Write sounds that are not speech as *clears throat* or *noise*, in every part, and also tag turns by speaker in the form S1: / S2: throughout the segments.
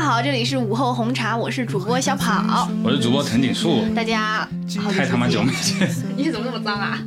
S1: 好，这里是午后红茶，我是主播小跑，
S2: 我是主播藤井树，
S1: 大家好久
S2: 太他妈
S1: 不
S2: 久
S1: 见
S2: 没见，
S1: *laughs*
S2: *laughs*
S1: 你怎么那么脏啊？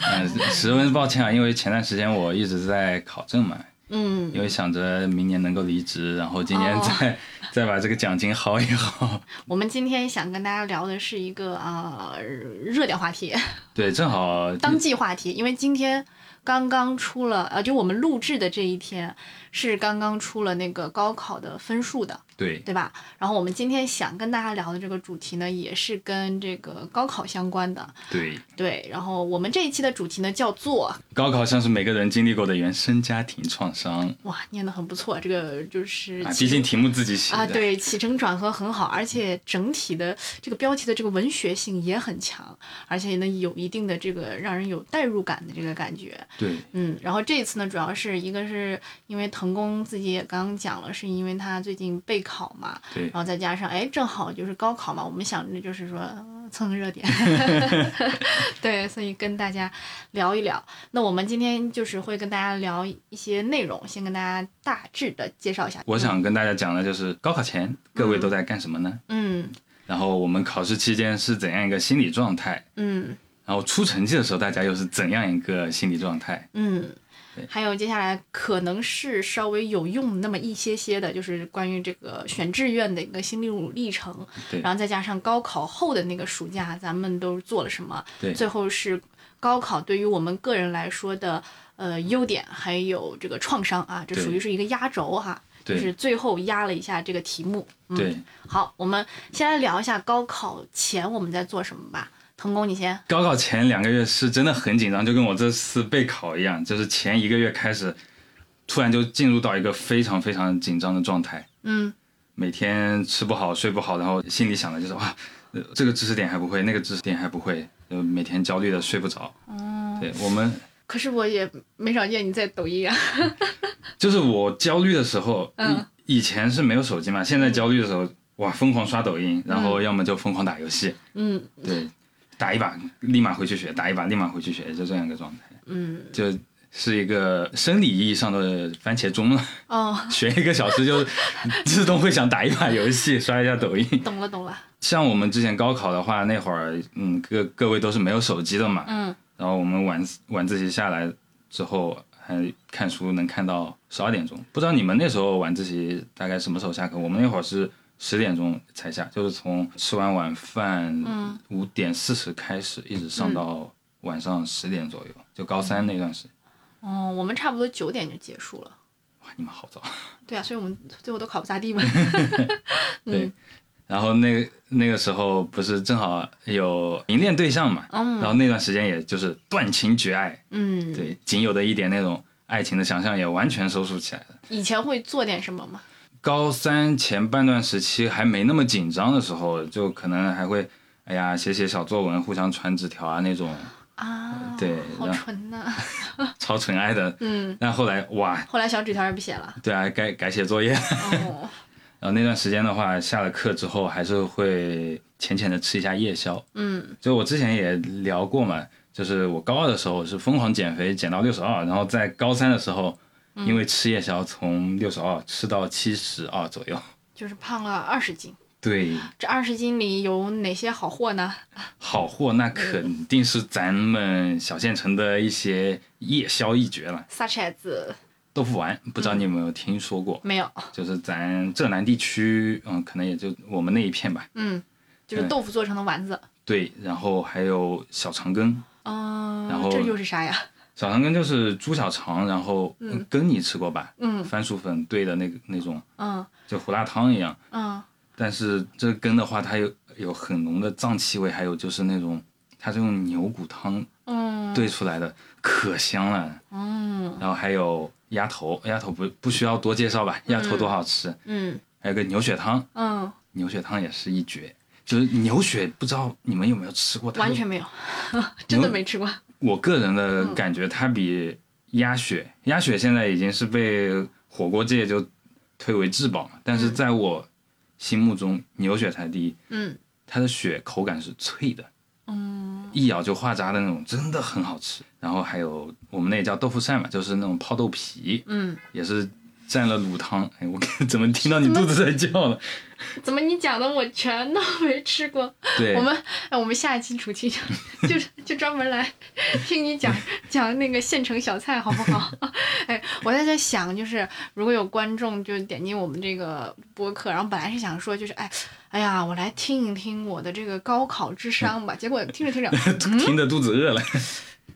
S2: 嗯、十分抱歉啊，因为前段时间我一直在考证嘛，
S1: 嗯，
S2: 因为想着明年能够离职，然后今
S1: 哦
S2: 年再、 *laughs* 再把这个奖金薅一薅。 *laughs*
S1: 我们今天想跟大家聊的是一个啊、呃热点话题，
S2: 对，正好
S1: 当季话题，因为今天刚刚出了，呃，就我们录制的这一天是刚刚出了那个高考的分数的，
S2: 对
S1: 对吧？然后我们今天想跟大家聊的这个主题呢，也是跟这个高考相关的，
S2: 对，
S1: 对。然后我们这一期的主题呢叫做
S2: 高考像是每个人经历过的原生家庭创伤
S1: 哇，念得很不错，这个就是
S2: 啊，
S1: 起
S2: 毕竟题目自己写的。
S1: 啊，对，起承转合很好，而且整体的这个标题的这个文学性也很强，而且呢有一定的这个让人有代入感的这个感觉。
S2: 对
S1: 嗯，然后这次呢，主要是一个是因为腾工自己也刚刚讲了，是因为他最近备考嘛，
S2: 对
S1: 然后再加上哎，正好就是高考嘛，我们想着就是说 *laughs* 呃蹭个热点， *laughs* 对，所以跟大家聊一聊。那我们今天就是会跟大家聊一些内容，先跟大家大致的介绍一下。
S2: 我想跟大家讲的就是高考前各位都在干什么呢？
S1: 嗯，
S2: 然后我们考试期间是怎样一个心理状态？
S1: 嗯
S2: 然后出成绩的时候，大家又是怎样一个心理状态？
S1: 嗯
S2: 对，
S1: 还有接下来可能是稍微有用那么一些些的，就是关于这个选志愿的一个心路历程，
S2: 对
S1: 然后再加上高考后的那个暑假，咱们都做了什么，
S2: 对
S1: 最后是高考对于我们个人来说的呃优点，还有这个创伤啊，这
S2: 对
S1: 属于是一个压轴哈，就
S2: 对
S1: 是最后压了一下这个题目。嗯、
S2: 对，
S1: 好，我们先来聊一下高考前我们在做什么吧。腾工，你先。
S2: 高考前两个月是真的很紧张，就跟我这次备考一样，就是前一个月开始，突然就进入到一个非常非常紧张的状态。
S1: 嗯，
S2: 每天吃不好睡不好，然后心里想的就是哇，呃这个知识点还不会，那个知识点还不会，就每天焦虑的睡不着。对我们
S1: 可是我也没少见你在抖音啊。
S2: 就是我焦虑的时候，
S1: 嗯
S2: 以以前是没有手机嘛，现在焦虑的时候，哇，疯狂刷抖音，然后要么就疯狂打游戏，
S1: 嗯
S2: 对，打一把立马回去学，打一把立马回去学，就这样一个状态。
S1: 嗯
S2: 就是一个生理意义上的番茄钟了， *laughs*
S1: 哦，
S2: 学一个小时就自动会想打一把游戏，刷一下抖音。
S1: 懂了懂了，
S2: 像我们之前高考的话，那会儿，嗯，各各位都是没有手机的嘛，
S1: 嗯
S2: 然后我们晚晚自习下来之后还看书，能看到十二点钟。不知道你们那时候晚自习大概什么时候下课？我们那会儿是十点钟才下，就是从吃完晚饭
S1: 嗯
S2: 五点四十开始，一直上
S1: 嗯
S2: 到晚上十点左右，就高三那段时间。
S1: 哦，我们差不多九点就结束了。
S2: 哇，你们好早。
S1: 对啊，所以我们最后都考不咋地 *laughs* 嘛。
S2: 对
S1: 嗯，
S2: 然后那个那个时候不是正好有明恋对象嘛，然后那段时间也就是断情绝爱，
S1: 嗯，
S2: 对，仅有的一点那种爱情的想象也完全收束起来了。
S1: 以前会做点什么吗？
S2: 高三前半段时期还没那么紧张的时候，就可能还会，哎呀，写写小作文，互相传纸条啊那种
S1: 啊，
S2: 对
S1: 好
S2: 然后
S1: 纯呐、 *laughs*
S2: 超纯爱的。
S1: 嗯，
S2: 但后来哇，
S1: 后来小纸条也不写 *laughs* 了。
S2: 对啊，改改写作业。
S1: 哦，
S2: 然后那段时间的话，下了课之后还是会浅浅的吃一下夜宵。
S1: 嗯
S2: 就我之前也聊过嘛，就是我高二的时候是疯狂减肥，减到六十二，然后在高三的时候，因为吃夜宵从六十二吃到七十二左右。
S1: 就是胖了二十斤。
S2: 对，
S1: 这二十斤里有哪些好货呢？
S2: 好货那肯定是咱们小县城的一些夜宵一绝了。
S1: 撒茄子
S2: 豆腐丸，不知道你有没有听说过？
S1: 没有？
S2: 就是咱浙南地区，嗯，可能也就我们那一片吧。
S1: 嗯，就是
S2: 对
S1: 豆腐做成的丸子。
S2: 对，然后还有小肠羹，
S1: 嗯、
S2: 然后
S1: 这又是啥呀？
S2: 小肠羹就是猪小肠，然后嗯羹你吃过吧？
S1: 嗯
S2: 番薯粉兑的那个那种，
S1: 嗯
S2: 就胡辣汤一样。
S1: 嗯
S2: 但是这个羹的话，它有有很浓的脏气味，还有就是那种它是用牛骨汤
S1: 嗯
S2: 兑出来的，可香了。
S1: 嗯
S2: 然后还有鸭头，鸭头不不需要多介绍吧？鸭头多好吃。
S1: 嗯
S2: 还有个牛血汤，
S1: 嗯，
S2: 牛血汤也是一绝。就是牛血，不知道你们有没有吃过？它
S1: 完全嗯没有， *laughs* 真的
S2: 牛
S1: 没吃过。
S2: 我个人的感觉，它比鸭血，鸭血现在已经是被火锅界就推为至宝嘛，但是在我心目中，牛血才第一。
S1: 嗯
S2: 它的血口感是脆的，嗯，一咬就化渣的那种，真的很好吃。然后还有我们那也叫豆腐扇嘛，就是那种泡豆皮，
S1: 嗯
S2: 也是蘸了卤汤。哎，我 *laughs* 怎么听到你肚子在叫了？
S1: 怎么你讲的我全都没吃过？
S2: 对，
S1: 我们哎，我们下一期暑期就就是就专门来听你讲 *laughs* 讲那个县城小菜，好不好？ *laughs* 哎，我在在想，就是如果有观众就点进我们这个播客，然后本来是想说就是哎哎呀，我来听一听我的这个高考智商吧，结果听着听着， *laughs*
S2: 听得肚子饿了。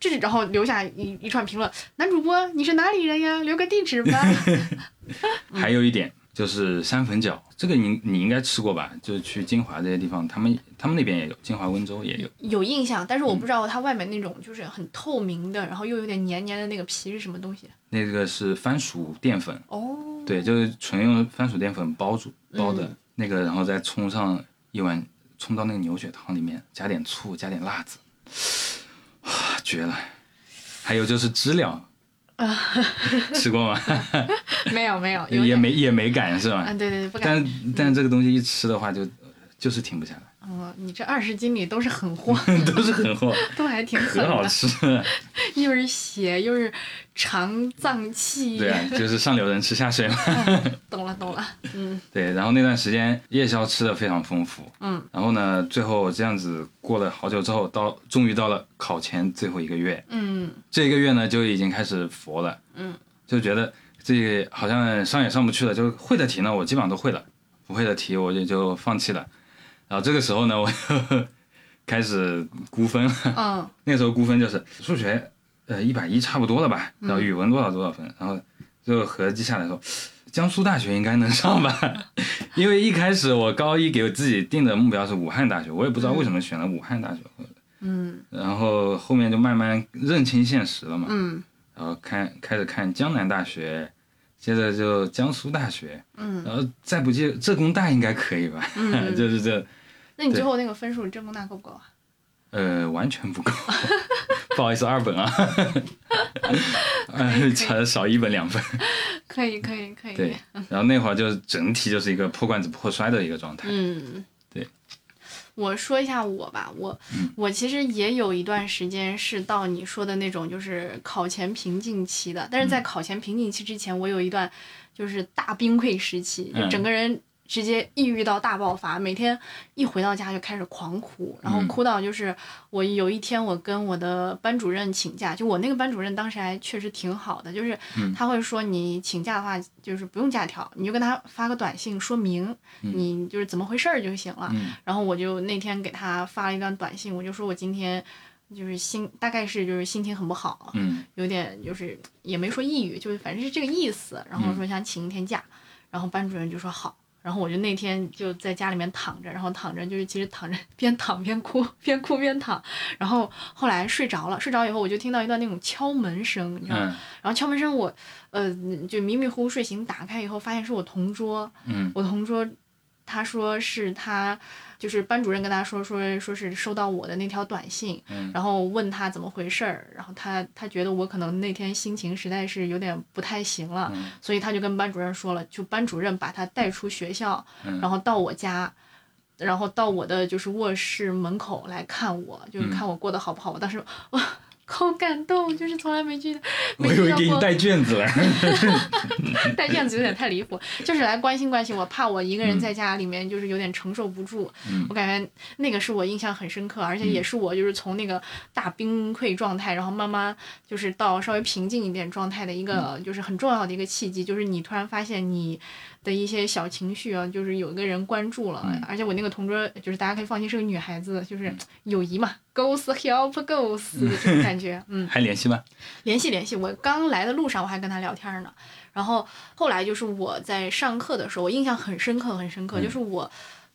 S1: 这然后留下一一串评论，男主播你是哪里人呀？留个地址吧。 *laughs* 嗯
S2: 还有一点就是山粉饺，这个你你应该吃过吧？就是去金华这些地方，他们他们那边也有，金华温州也有。
S1: 有印象，但是我不知道它外面那种就是很透明的，然后又有点黏黏的那个皮是什么东西。
S2: 那个是番薯淀粉，
S1: 哦，
S2: 对，就是纯用番薯淀粉包住包的、
S1: 嗯
S2: 那个，然后再冲上一碗，冲到那个牛血汤里面，加点醋，加点辣子，哇，绝了！还有就是知了，吃过吗？
S1: *laughs* 没有没啊 *laughs* 有，有
S2: 也
S1: 点
S2: 没也没敢是吧？
S1: 啊，对对对，不敢。
S2: 但但这个东西一吃的话就，就是停不下来，
S1: 嗯，你这二十斤里都是狠货， *laughs*
S2: 都是很好，
S1: 都还挺狠
S2: 很好
S1: 的，
S2: 吃。
S1: *laughs* 又是血又是肠脏器。
S2: 对啊，就是上流人吃下水嘛。
S1: 懂了懂了， *laughs* 嗯，
S2: 对，然后那段时间夜宵吃的非常丰富，
S1: 嗯，
S2: 然后呢，最后这样子过了好久之后，到终于到了考前最后一个月，
S1: 嗯，
S2: 这一个月呢就已经开始佛了，嗯，就觉得自己好像上也上不去了，就会的题呢我基本上都会了，不会的题我也就放弃了，然后这个时候呢我 *laughs* 就开始估分了，
S1: 嗯，
S2: 那时候估分就是数学，呃，一百一差不多了吧，然后语文多少多少分，然后就合计下来说，江苏大学应该能上 *laughs* 吧，因为一开始我高一给我自己定的目标是武汉大学，我也不知道为什么选了武汉大学，嗯，然后后面就慢慢认清现实了嘛，
S1: 嗯，
S2: 然后看开始看江南大学。接着就江苏大学，嗯，然后再不济浙工大应该可以吧， *laughs*
S1: *laughs*
S2: 就是这，
S1: 嗯那你最后那个分数，正工大够不够啊？
S2: 呃，完全不够， *laughs* 不好意思，二本啊， *laughs* 呃，少少一本两分。
S1: 可以可以可以。
S2: 对，然后那会儿就是整体就是一个破罐子破摔的一个状态。
S1: 嗯，
S2: 对。嗯
S1: 我说一下我吧，我、我其实也有一段时间是到你说的那种，就是考前瓶颈期的。但是
S2: 嗯
S1: 在考前瓶颈期之前，我有一段就是大崩溃时期，就
S2: 嗯
S1: 整个人直接抑郁到大爆发，每天一回到家就开始狂哭，然后
S2: 嗯
S1: 哭到就是我有一天我跟我的班主任请假，就我那个班主任当时还确实挺好的，就是
S2: 嗯
S1: 他会说你请假的话就是不用假条，你就跟他发个短信说明你就是怎么回事儿就行了。
S2: 嗯
S1: 然后我就那天给他发了一段短信，我就说我今天就是心大概是就是心情很不好，
S2: 嗯
S1: 有点就是也没说抑郁，就是反正是这个意思。然
S2: 嗯
S1: 后说想请一天假，然后班主任就说好。然后我就那天就在家里面躺着，然后躺着就是其实躺着边躺边哭，边哭边躺。然后后来睡着了，睡着以后我就听到一段那种敲门声，你知道吗？
S2: 嗯
S1: 然后敲门声我，呃，就迷迷糊糊睡醒，打开以后发现是我同桌，
S2: 嗯，
S1: 我同桌，他说是他，就是班主任跟他说说说是收到我的那条短信，
S2: 嗯
S1: 然后问他怎么回事儿，然后他他觉得我可能那天心情实在是有点不太行了，
S2: 嗯
S1: 所以他就跟班主任说了，就班主任把他带出学校，
S2: 嗯
S1: 然后到我家。然后到我的就是卧室门口来看我，
S2: 嗯
S1: 就是看我过得好不好。我当时哇，好感动，就是从来没觉得
S2: 我
S1: 没
S2: 以
S1: 遇
S2: 为
S1: 到
S2: 给你
S1: 过
S2: 带卷子了。 *laughs*
S1: *laughs* 但这样子有点太离谱，就是来关心关心我，怕我一个人在家里面就是有点承受不住。
S2: 嗯
S1: 我感觉那个是我印象很深刻，而且也是我就是从那个大崩溃状态，然后慢慢就是到稍微平静一点状态的一
S2: 嗯
S1: 个就是很重要的一个契机，就是你突然发现你的一些小情绪啊，就是有一个人关注了，
S2: 嗯
S1: 而且我那个同桌就是大家可以放心是个女孩子，就是友谊嘛。Goes help goes 这种感觉，嗯，
S2: 还联系吗？
S1: 联系联系。我刚来的路上我还跟他聊天呢，然后后来就是我在上课的时候，我印象很深刻，很
S2: 嗯
S1: 深刻，就是我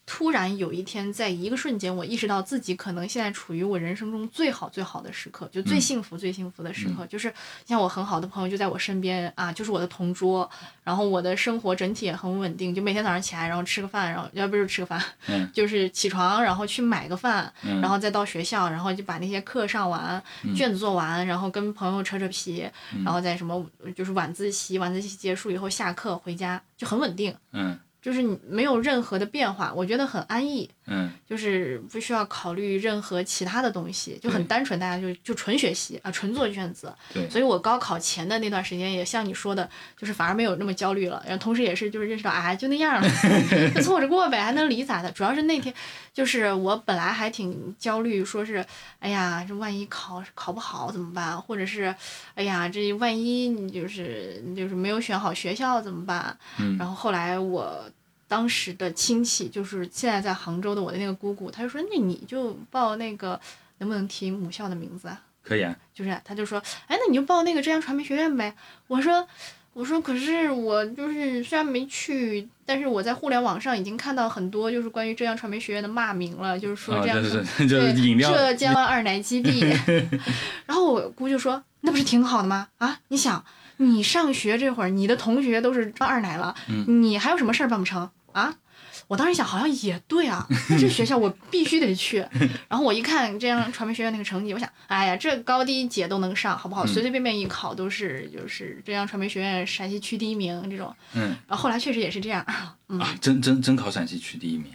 S1: 突然有一天，在一个瞬间，我意识到自己可能现在处于我人生中最好最好的时刻，就最
S2: 嗯
S1: 幸福最幸福的时刻，就是像我很好的朋友就在我身边啊，就是我的同桌，然后我的生活整体也很稳定，就每天早上起来，然后吃个饭，然后要不是吃个饭，
S2: 嗯
S1: *laughs* 就是起床，然后去买个饭，
S2: 嗯
S1: 然后再到学校，然后就把那些课上完，卷子做完，然后跟朋友扯扯皮，然后再什么就是晚自习，晚自习结束以后下课回家，就很稳定。
S2: 嗯
S1: 就是你没有任何的变化，我觉得很安逸，
S2: 嗯，
S1: 就是不需要考虑任何其他的东西，就很
S2: 对
S1: 单纯，大家就就纯学习啊，纯做卷子。
S2: 对
S1: 所以我高考前的那段时间，也像你说的，就是反而没有那么焦虑了，然后同时也是就是认识到，哎，就那样了，就凑合着过呗，还能理咋的？主要是那天就是我本来还挺焦虑，说是哎呀，这万一考考不好怎么办？或者是哎呀，这万一你就是你就是没有选好学校怎么办？
S2: 嗯
S1: 然后后来我当时的亲戚，就是现在在杭州的我的那个姑姑，她就说：“那你就报那个，能不能提母校的名字啊？”
S2: 可以啊，
S1: 就是她就说：“哎，那你就报那个浙江传媒学院呗。”我说。我说，可是我就是虽然没去，但是我在互联网上已经看到很多就是关于浙江传媒学院的骂名了，就是说
S2: 哦，
S1: 这样
S2: 就
S1: 传
S2: 是 *laughs* 就
S1: 啊对，
S2: 是饮料，
S1: 浙江二奶基地。
S2: *laughs*
S1: 然后我姑就说：“那不是挺好的吗？啊，你想，你上学这会儿，你的同学都是二奶了，
S2: 嗯
S1: 你还有什么事儿办不成啊？”我当时想，好像也对
S2: *laughs*
S1: 啊，那这学校我必须得去。然后我一看浙江传媒学院那个成绩，我想，哎呀，这高低姐都能上，好
S2: 嗯
S1: 不好？随随便便一考都是就是浙江传媒学院陕西区第一名这种。
S2: 嗯
S1: 然后后来确实也是这样，
S2: 啊，真真真考陕西区第一名，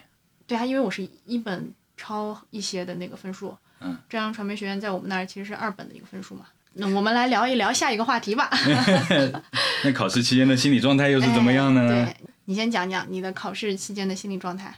S1: 对啊，因为我是一本超一些的那个分数。
S2: 嗯，
S1: 浙江传媒学院在我们那儿其实是二本的一个分数嘛。那我们来聊一聊下一个话题吧。
S2: 那考试期间的心理状态又是怎么样的
S1: *laughs*
S2: 呢？
S1: 哎对你先讲讲你的考试期间的心理状态。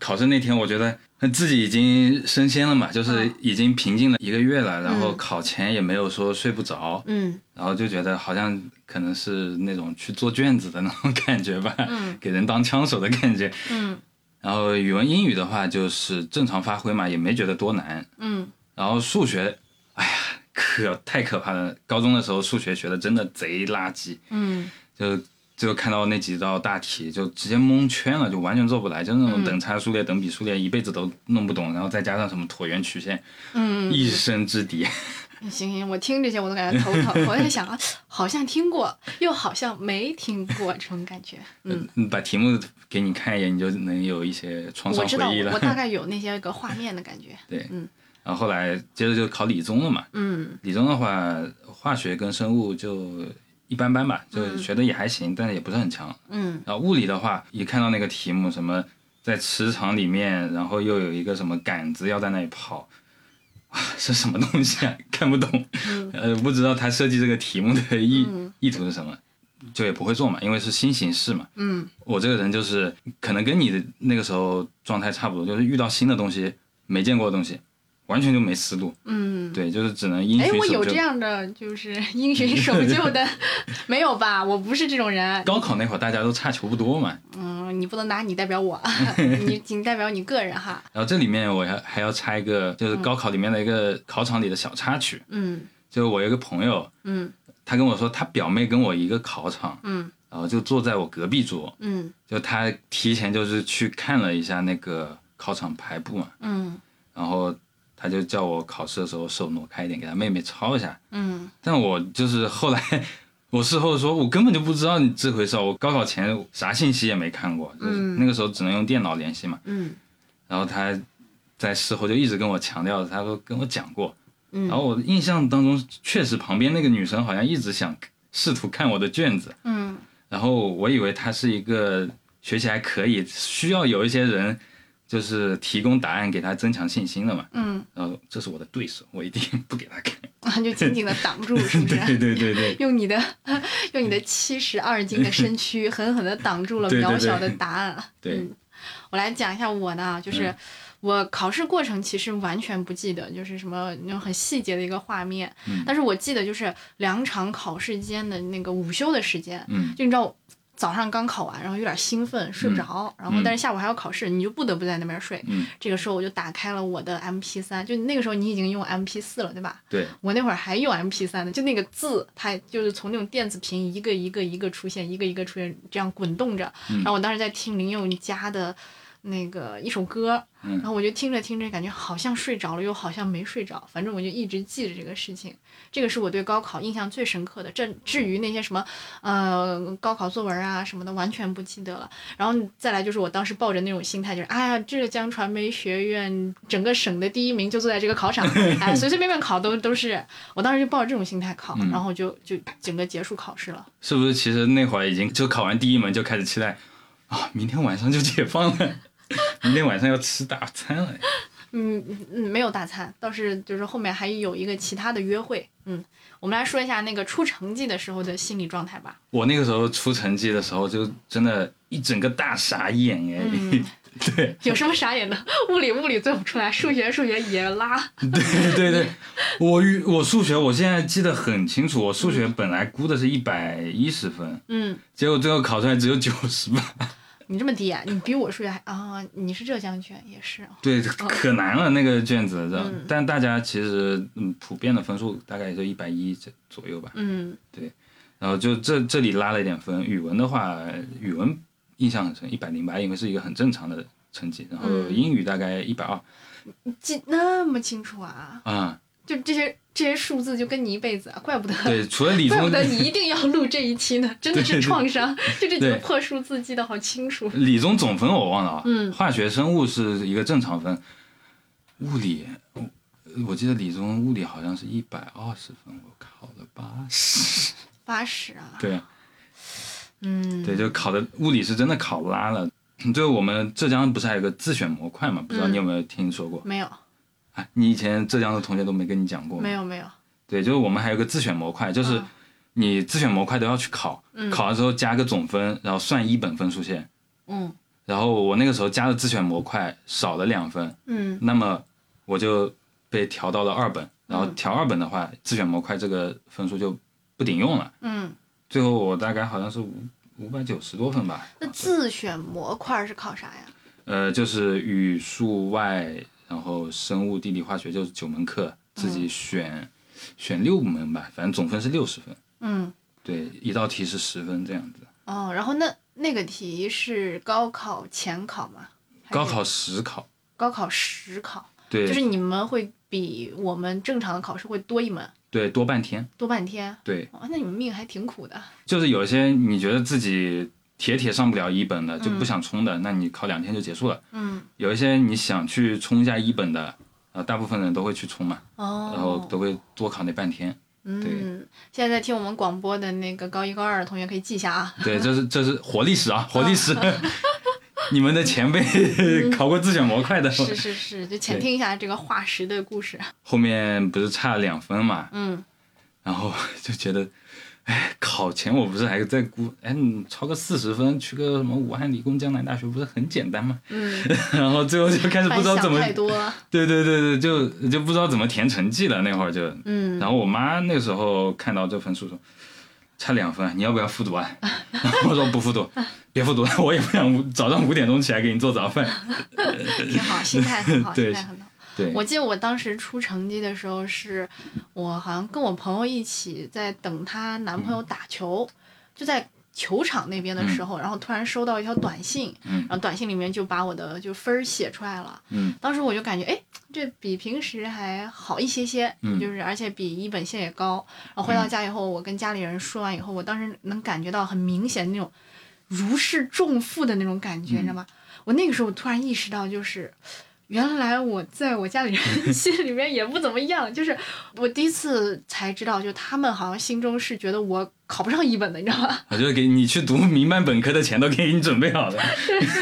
S2: 考试那天，我觉得自己已经升仙了嘛，就是
S1: 嗯
S2: 已经平静了一个月了，然后考前也没有说睡不着，
S1: 嗯
S2: 然后就觉得好像可能是那种去做卷子的那种感觉吧，
S1: 嗯
S2: *laughs* 给人当枪手的感觉。
S1: 嗯
S2: 然后语文、英语的话就是正常发挥嘛，也没觉得多难。
S1: 嗯
S2: 然后数学，哎呀，可太可怕了！高中的时候数学学的真的贼垃圾，
S1: 嗯
S2: 就就看到那几道大题就直接蒙圈了，就完全做不来，就那种等差数列、等比数列一辈子都弄不懂，然后再加上什么椭圆曲线，
S1: 嗯，
S2: 一生之敌。 *laughs*
S1: 行行，我听这些我都感觉头疼。我在想啊，好像听过，又好像没听过，这种感觉。嗯，
S2: 嗯，把题目给你看一眼，你就能有一些创
S1: 我
S2: 伤
S1: 知道，
S2: 回忆
S1: 我
S2: 了
S1: 我。大概有那些个画面的感觉。
S2: 对，
S1: 嗯
S2: 然后后来接着就考理综了嘛，
S1: 嗯
S2: 理综的话，化学跟生物就一般般吧，就学的也还行，但是也不是很强。
S1: 嗯
S2: 然后物理的话，一看到那个题目，什么在池塘里面，然后又有一个什么杆子要在那里跑，哇，是什么东西啊？ *laughs* 看不懂，呃，不知道他设计这个题目的意、意图是什么，就也不会做嘛，因为是新形式嘛。
S1: 嗯
S2: 我这个人就是可能跟你的那个时候状态差不多，就是遇到新的东西，没见过的东西，完全就没思路。
S1: 嗯。
S2: 对，就是只能因
S1: 哎，
S2: 循
S1: 我
S2: 守
S1: 有
S2: 旧
S1: 这。样的，就是 *laughs* 因循守旧
S2: *laughs*
S1: 的，没有吧？我不是这种人。
S2: 高考那会儿大家都差球不多嘛，
S1: 嗯，你不能拿你代表
S2: *laughs*
S1: 我，你仅代表你个人哈。
S2: 然后这里面我还还要插一个，就是高考里面的一个考场里的小插曲，
S1: 嗯
S2: 就是我有一个朋友，
S1: 嗯
S2: 他跟我说他表妹跟我一个考场，
S1: 嗯
S2: 然后就坐在我隔壁桌，
S1: 嗯
S2: 就他提前就是去看了一下那个考场排布嘛，
S1: 嗯
S2: 然后他就叫我考试的时候手挪开一点，给他妹妹抄一下，
S1: 嗯
S2: 但我就是后来。我事后说，我根本就不知道你这回事儿。我高考前啥信息也没看过，就是
S1: 嗯
S2: 那个时候只能用电脑联系嘛。
S1: 嗯
S2: 然后他在事后就一直跟我强调，他说跟我讲过。
S1: 嗯
S2: 然后我印象当中，确实旁边那个女生好像一直想试图看我的卷子，
S1: 嗯
S2: 然后我以为她是一个学习还可以，需要有一些人就是提供答案给她增强信心的嘛。
S1: 嗯，
S2: 然后这是我的对手，我一定 *laughs* 不给她看。
S1: 啊，就紧紧的挡住，是不
S2: *laughs* 对
S1: 是？
S2: 对对对
S1: 用你的 *laughs* 用你的七十二斤的身躯，狠狠的挡住了
S2: 对对
S1: 渺
S2: 对
S1: 小的答案。
S2: 对嗯
S1: 嗯，我来讲一下我的啊，就是我考试过程其实完全不记得，就是什么那种很细节的一个画面，
S2: 嗯
S1: 但是我记得就是两场考试间的那个午休的时间，
S2: 嗯
S1: 就你知道。早上刚考完，然后有点兴奋，睡不着，然后但是下午还要考试，你就不得不在那边睡。
S2: 嗯
S1: 这个时候我就打开了我的 MP 三，就那个时候你已经用 MP 四了，对吧？
S2: 对，
S1: 我那会儿还用 MP 三呢，就那个字，它就是从那种电子屏一个一个一个出现，一个一个出现，这样滚动着。然后我当时在听林宥嘉的那个一首歌，
S2: 嗯
S1: 然后我就听着听着，感觉好像睡着了，又好像没睡着，反正我就一直记着这个事情。这个是我对高考印象最深刻的。这至于那些什么呃高考作文啊什么的，完全不记得了。然后再来就是我当时抱着那种心态，就是哎呀，浙江传媒学院整个省的第一名就坐在这个考场，哎，随随便便考都都是。我当时就抱着这种心态考，然后就就整个结束考试了。
S2: 是不是？其实那会儿已经就考完第一门就开始期待。啊，明天晚上就解放了，明天晚上要吃大餐了。
S1: 嗯嗯，没有大餐，倒是就是后面还有一个其他的约会。嗯，我们来说一下那个出成绩的时候的心理状态吧。
S2: 我那个时候出成绩的时候，就真的一整个大傻眼哎。
S1: 嗯
S2: 对
S1: 有什么傻眼的？物理物理做不出来，数学数学也拉。
S2: *laughs* 对对对，我语我数学我现在记得很清楚，我数学本来估的是一百一十分，
S1: 嗯，
S2: 结果最后考出来只有九十吧。
S1: 你这么低啊？你比我数学还啊？你是浙江卷也是啊？
S2: 对，可难了那个卷子，知道、
S1: 嗯
S2: 但大家其实嗯，普遍的分数大概也就一百一这左右吧。
S1: 嗯
S2: 然后就这这里拉了一点分。语文的话，语文印象很深，一百零八，因为是一个很正常的成绩。然后
S1: 嗯
S2: 英语大概一百二
S1: 记那么清楚啊？
S2: 啊，
S1: 就这些这些数字就跟你一辈子啊，怪不得。
S2: 对，除
S1: *laughs*
S2: 了理
S1: 怪不
S2: 综
S1: 得你一定要录这一期呢，真的
S2: 对
S1: 是
S2: 对
S1: 创伤，就这几个
S2: 对
S1: 破数字记得好清楚。
S2: 理综总分我忘了啊，
S1: 嗯
S2: 化学生物是一个正常分，物理我我记得理综物理好像是一百二十分，我考了八十，
S1: *laughs* 八十啊，
S2: 对啊。
S1: 嗯，
S2: 对，就考的物理是真的考拉了。 *clears throat* 就我们浙江不是还有个自选模块嘛？不知
S1: 嗯
S2: 道你有没有听说过？
S1: 没有
S2: 哎，你以前浙江的同学都没跟你讲过吗？
S1: 没有没有，
S2: 对，就是我们还有个自选模块，就是
S1: 嗯
S2: 你自选模块都要去考，考了之后加个总分，然后算一本分数线。
S1: 嗯
S2: 然后我那个时候加了自选模块，少了两分，
S1: 嗯
S2: 那么我就被调到了二本。然后调二本的话，自选模块这个分数就不顶用了。
S1: 嗯。
S2: 最后我大概好像是五五百九十多分吧。
S1: 那自选模块是考啥呀？
S2: 呃，就是语数外，然后生物、地理、化学，就是九门课，
S1: 嗯
S2: 自己选、选六门吧，反正总分是六十分。
S1: 嗯
S2: 对，一道题是十分这样子。
S1: 哦，然后那那个题是高考前考吗？还是
S2: 高考实考，
S1: 高考实考，
S2: 对、
S1: 就是你们会比我们正常的考试会多一门，
S2: 对，多半天。
S1: 多半天。
S2: 对，
S1: 哦，那你们命还挺苦的。
S2: 就是有些你觉得自己铁铁上不了一本的，就不想冲的，那你考两天就结束了。
S1: 嗯
S2: 有一些你想去冲一下一本的，呃，大部分人都会去冲嘛，然后
S1: 哦，
S2: 都会多考那半天。
S1: 嗯，现在在听我们广播的那个高一高二的同学可以记一下
S2: *laughs*
S1: 啊。
S2: 对，这是这是活历史啊，活历史。
S1: 嗯
S2: *laughs*
S1: *laughs*
S2: 你们的前辈 *laughs* 考过自选模块的，
S1: 是是是，就浅听一下这个化石的故
S2: *laughs*
S1: 事。
S2: 后面不是差了两分嘛，
S1: 嗯
S2: 然后 *laughs* 就觉得，哎，考前我不是还在估，哎，你超个四十分去个什么武汉理工江南大学不是很简单吗？ *laughs*
S1: 嗯，
S2: 然后最后就开始不
S1: 反
S2: 知道
S1: 想
S2: 怎么，
S1: 太多了。
S2: 对对对对，就就不知道怎么填成绩了，那会儿就，
S1: 嗯，
S2: *laughs* 然后我妈那时候看到这分数说，差两分，你要不要复读啊？ *laughs* 然后我说
S1: *laughs*
S2: 不复读，别复读了，我也不想五早上五点钟起来给你做早饭。
S1: *laughs* 挺好，心态很好，心
S2: 对
S1: 态很好。
S2: 对，
S1: 我记得我当时出成绩的时候是，我好像跟我朋友一起在等她男朋友打球，就在球场那边的时候，然后突然收到一条短信，
S2: 嗯
S1: 然后短信里面就把我的就分儿写出来了。
S2: 嗯
S1: 当时我就感觉，哎，这比平时还好一些些，
S2: 嗯
S1: 就是而且比一本线也高。然后回到家以后，我跟家里人说完以后，我当时能感觉到很明显那种如释重负的那种感觉，你知道吗？我那个时候突然意识到，就是原来我在我家里人心里面也不怎么样，就是我第一次才知道，就他们好像心中是觉得我考不上一本的，你知道吗？ *laughs*
S2: 我就给你去读民办本科的钱都给你准备好了，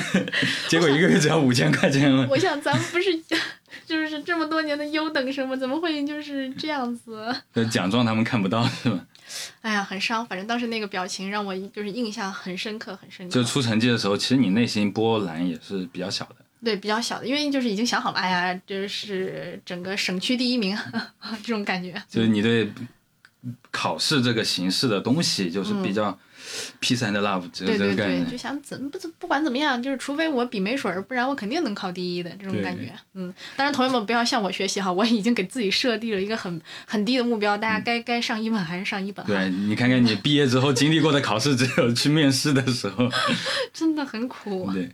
S2: *laughs* 结果一个月只要五千块钱了。
S1: 我想咱们不是 *laughs* 就是这么多年的优等生吗？怎么会就是这样子？
S2: 呃奖状他们看不到 *laughs* 是吧？
S1: 哎呀，很伤。反正当时那个表情让我就是印象很深刻，很深刻。
S2: 就出成绩的时候，其实你内心波澜也是比较小的。
S1: 对比较小的，因为就是已经想好了，哎呀，就是整个省区第一名 *laughs* 这种感觉。
S2: 就是你对考试这个形式的东西，就是比较 peace and love 这
S1: 嗯对
S2: 这
S1: 对
S2: 个概
S1: 对，
S2: 念。
S1: 就想怎么不不管怎么样，就是除非我笔没水儿，不然我肯定能考第一的这种
S2: 对
S1: 感觉。嗯，当然同学们不要向我学习哈，我已经给自己设定了一个很很低的目标，大家该该上一本还是上一本哈，
S2: 嗯对你看看你毕业之后经历过的考试，只有去面试的时
S1: *laughs*
S2: 候。
S1: 真的很苦。啊
S2: 对，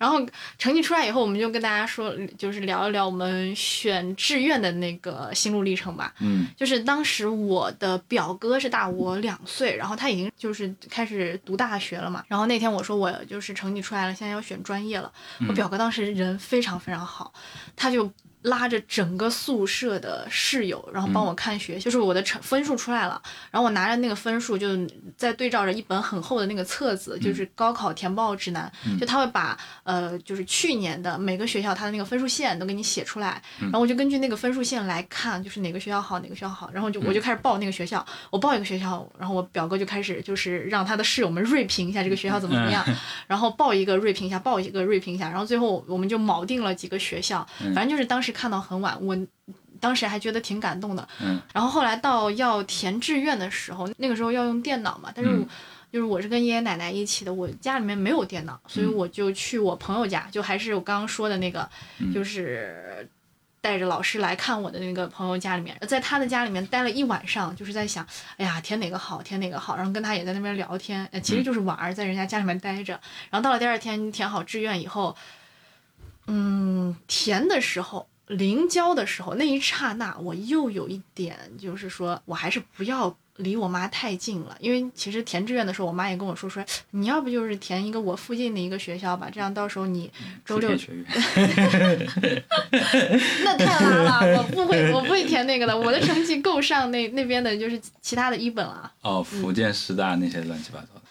S1: 然后成绩出来以后，我们就跟大家说，就是聊一聊我们选志愿的那个心路历程吧。
S2: 嗯
S1: 就是当时我的表哥是大我两岁，然后他已经就是开始读大学了嘛。然后那天我说我就是成绩出来了，现在要选专业了。我表哥当时人非常非常好，他就拉着整个宿舍的室友，然后帮我看学，就是我的成分数出来了，然后我拿着那个分数，就再对照着一本很厚的那个册子，就是高考填报指南，就他会把呃，就是去年的每个学校它的那个分数线都给你写出来，然后我就根据那个分数线来看，就是哪个学校好，哪个学校好，然后就我就开始报那个学校，我报一个学校，然后我表哥就开始就是让他的室友们锐评一下这个学校怎么怎么样，然后报一个锐评一下，报一个锐评一下，然后最后我们就锚定了几个学校，反正就是当时看到很晚，我当时还觉得挺感动的。
S2: 嗯
S1: 然后后来到要填志愿的时候，那个时候要用电脑嘛，但是我、
S2: 嗯
S1: 就是我是跟爷爷奶奶一起的，我家里面没有电脑，所以我就去我朋友家，就还是我刚刚说的那个，就是。带着老师来看我的那个朋友家里面，在他的家里面待了一晚上，就是在想，哎呀，填哪个好，填哪个好，然后跟他也在那边聊天，呃其实就是玩儿，在人家家里面待着。然后到了第二天填好志愿以后，嗯，填的时候，临交的时候那一刹那，我又有一点就是说我还是不要离我妈太近了，因为其实填志愿的时候，我妈也跟我说说，你要不就是填一个我附近的一个学校吧，这样到时候你周
S2: 福
S1: 六
S2: 建学院，
S1: 那太拉了，我不会，我不会填那个的，我的成绩够上那那边的就是其他的一本啊，
S2: 哦，福建师大那些乱七八糟的，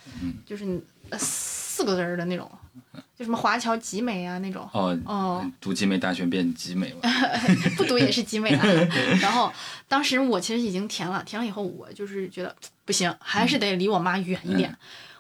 S1: 就是你呃四个字儿的那种，就什么华侨集美啊那种。
S2: 哦，
S1: 哦，
S2: 读集美大学变集
S1: *laughs*
S2: 美了，
S1: 不读也是集美啊。然后当时我其实已经填了，填了以后我就是觉得不行，还是得离我妈远一点。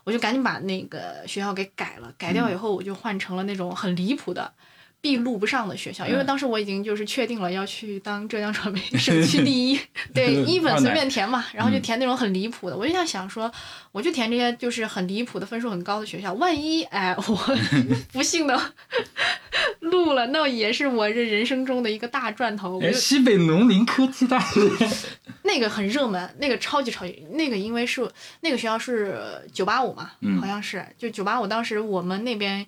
S1: 我就赶紧把那个学校给改了，改掉以后我就换成了那种很离谱的。闭路不上的学校，因为
S2: 嗯
S1: 当时我已经就是确定了要去当浙江传媒省区第一，对一本随便填嘛，然后就填那种很离谱的。我就想想说，我就填这些就是很离谱的分数很高的学校，万一哎我不幸的录了，那也是我这人生中的一个大赚头。我
S2: 哎，
S1: 就
S2: 西北农林科技大学， *laughs*
S1: 那个很热门，那个超级超级，那个因为是那个学校是九八五嘛，
S2: 嗯
S1: 好像是就九八五。当时我们那边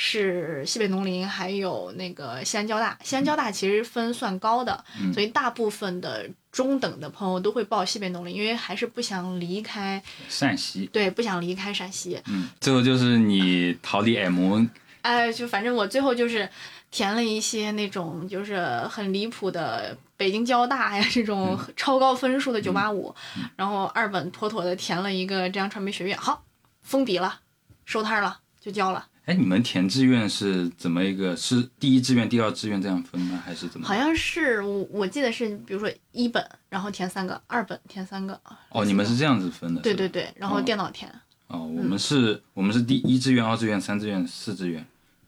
S1: 是西北农林，还有那个西安交大。西安交大其实分算高的，
S2: 嗯
S1: 所以大部分的中等的朋友都会报西北农林，因为还是不想离开，
S2: 陕西。
S1: 对，不想离开陕西。
S2: 嗯，最后就是你逃离 M，
S1: 哎，就反正我最后就是填了一些那种就是很离谱的北京交大呀这种
S2: 嗯
S1: 超高分数的九八五，然后二本妥妥的填了一个浙江传媒学院，好，封笔了，收摊儿了，就交了。
S2: 哎，你们填志愿是怎么一个？是第一志愿、第二志愿这样分吗？还是怎么
S1: 好？像是我我记得是，比如说一本，然后填三个，二本填三个。
S2: 哦，你们是这样子分的。
S1: 对嗯
S2: 是吧
S1: 对对，然后
S2: 哦
S1: 电脑填，
S2: 哦，我们是，我们是第一志愿、二志愿、三志愿、四志愿，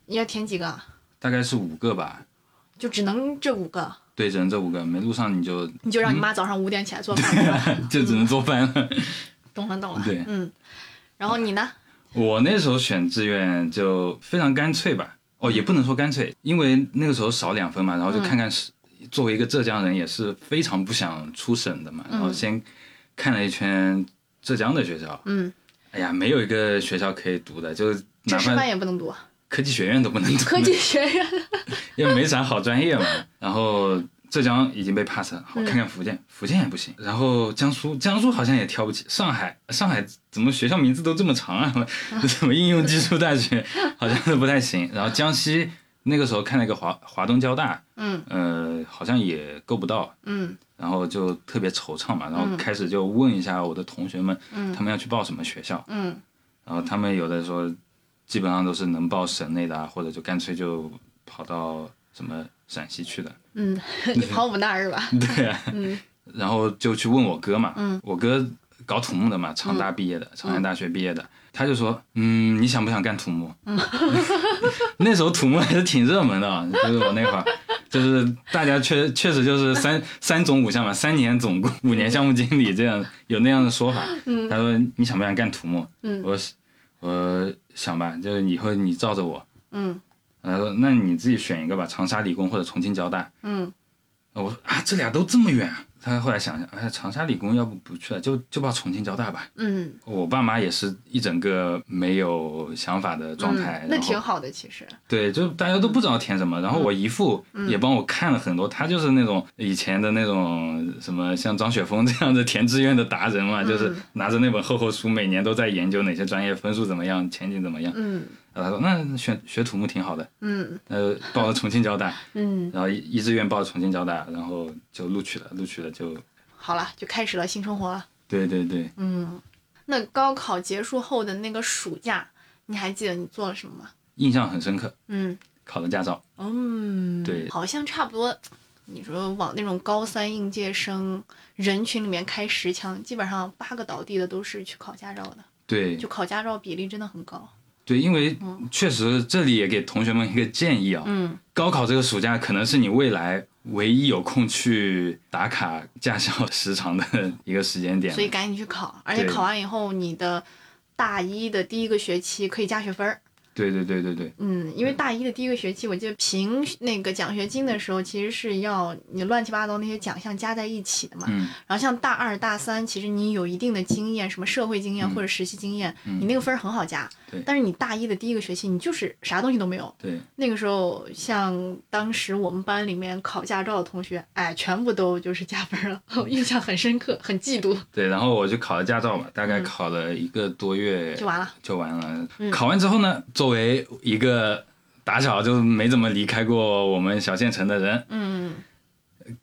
S1: 你要填几个啊？
S2: 大概是五个吧。
S1: 就只能这五个，
S2: 对，只能这五个，没录上你就
S1: 你就让你
S2: 嗯
S1: 妈早上五点起来做饭是
S2: *laughs*
S1: 吧。
S2: 就只能做饭了。 *laughs*
S1: 懂了懂了
S2: 对，
S1: 嗯。然后你呢？
S2: 我那时候选志愿就非常干脆吧，哦，也不能说干脆，因为那个时候少两分嘛，然
S1: 嗯
S2: 后就看看是、作为一个浙江人也是非常不想出省的嘛，然后先看了一圈浙江的学校，
S1: 嗯，
S2: 哎呀，没有一个学校可以读的，就哪
S1: 这师
S2: 怕
S1: 范也不能读，
S2: 科技学院都不能读，
S1: 科技学院。
S2: *laughs* 因为没啥好专业嘛。然后浙江已经被
S1: 嗯
S2: pass 了，好看看福建，福建也不行。然后江苏，江苏好像也挑不起。上海，上海怎么学校名字都这么长啊？ *laughs* 怎么应用技术
S1: *laughs*
S2: 大学好像都不太行。然后江西那个时候看了一个华华东交大，
S1: 嗯，
S2: 呃，好像也够不到。
S1: 嗯
S2: 然后就特别惆怅嘛，然后开始就问一下我的同学们，他们要去报什么学校，
S1: 嗯
S2: 然后他们有的说，基本上都是能报省内的啊，或者就干脆就跑到什么陕西去的。
S1: 嗯， *laughs* 你跑我们那儿是吧？
S2: 对、啊，然后就去问我哥嘛，我哥搞土木的嘛，长大毕业的，长安大学毕业的，他就说，嗯，你想不想干土木？ *laughs* 那时候土木还是挺热门的啊，就是我那会儿。就是大家确确实就是三三种五项嘛，三年总工，五年项目经理这样有那样的说法。他说你想不想干土木？
S1: 嗯
S2: 我说我想吧，就是以后你照着我。
S1: 嗯
S2: 然后他说那你自己选一个吧，长沙理工或者重庆交大。
S1: 嗯
S2: 我说啊，这俩都这么远啊。他后来想想，哎，长沙理工要不不去了，就就报重庆交大吧。
S1: 嗯，
S2: 我爸妈也是一整个没有想法的状态，
S1: 嗯那
S2: 然后
S1: 挺好的，其实。
S2: 对，就大家都不知道填什么。然后我姨父
S1: 嗯
S2: 也帮我看了很多，他就是那种以前的那种什么，像张雪峰 *laughs* 这样的填志愿的达
S1: 嗯
S2: 人嘛，就是拿着那本厚厚书，每年都在研究哪些专业分数怎么样，前景怎么样。
S1: 嗯
S2: 然后他说那选学土木挺好的，
S1: 嗯
S2: 呃，报了重庆交大，
S1: 嗯，
S2: 然后一一志愿报了重庆交大，然后就录取了，录取了就
S1: 好了，就开始了新生活了。
S2: 对对对，
S1: 嗯，那高考结束后的那个暑假，你还记得你做了什么吗？
S2: 印象很深刻，
S1: 嗯
S2: 考了驾照，
S1: 嗯，
S2: 对
S1: 好像差不多。你说往那种高三应届生人群里面开十枪，基本上八个倒地的都是去考驾照的，
S2: 对
S1: 就考驾照比例真的很高。
S2: 对，因为确实这里也给同学们一个建议啊，
S1: 嗯，
S2: 高考这个暑假可能是你未来唯一有空去打卡驾校时长的一个时间点，
S1: 所以赶紧去考，而且
S2: 对
S1: 考完以后，你的大一的第一个学期可以加学分儿。
S2: 对对对对对
S1: 嗯，因为大一的第一个学期，我记得评那个奖学金的时候，其实是要你乱七八糟那些奖项加在一起的嘛。
S2: 嗯
S1: 然后像大二、大三，其实你有一定的经验，什么社会经验或者实习经验，你那个分儿很好加。
S2: 嗯对
S1: 但是你大一的第一个学期，你就是啥东西都没有。
S2: 对，
S1: 那个时候，像当时我们班里面考驾照的同学，哎，全部都就是加分儿了， *laughs* 我印象很深刻，很嫉妒。
S2: 对，然后我就考了驾照嘛，大概考了一个多月
S1: 嗯就完嗯了，
S2: 就完了。考完之后呢，作为一个打小就没怎么离开过我们小县城的人，
S1: 嗯。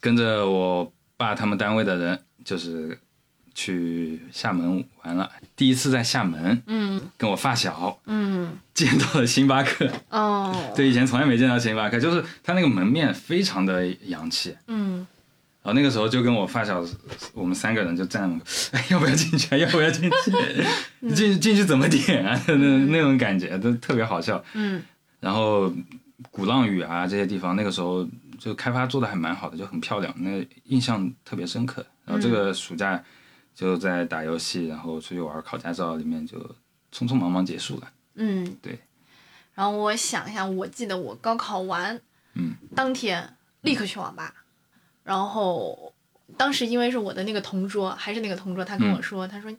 S2: 跟着我爸他们单位的人，就是去厦门玩了。第一次在厦门，
S1: 嗯
S2: 跟我发小
S1: 嗯
S2: 见到了星巴克，
S1: 哦，
S2: 对，以前从来没见到星巴克，就是它那个门面非常的洋气。
S1: 嗯，
S2: 然后那个时候就跟我发小，我们三个人就站门口，哎，要不要进去啊？要不要进去？ *laughs* 进进去怎么点啊？那那种感觉都特别好笑。
S1: 嗯。
S2: 然后鼓浪屿啊这些地方，那个时候就开发做的还蛮好的，就很漂亮，那印象特别深刻。
S1: 嗯
S2: 然后这个暑假就在打游戏，然后出去玩，考驾照，里面就匆匆忙忙结束了。
S1: 嗯，
S2: 对。
S1: 然后我想一下，我记得我高考完，
S2: 嗯，
S1: 当天立刻去网吧，然后当时因为是我的那个同桌，还是那个同桌，他跟我
S2: 嗯
S1: 说，他说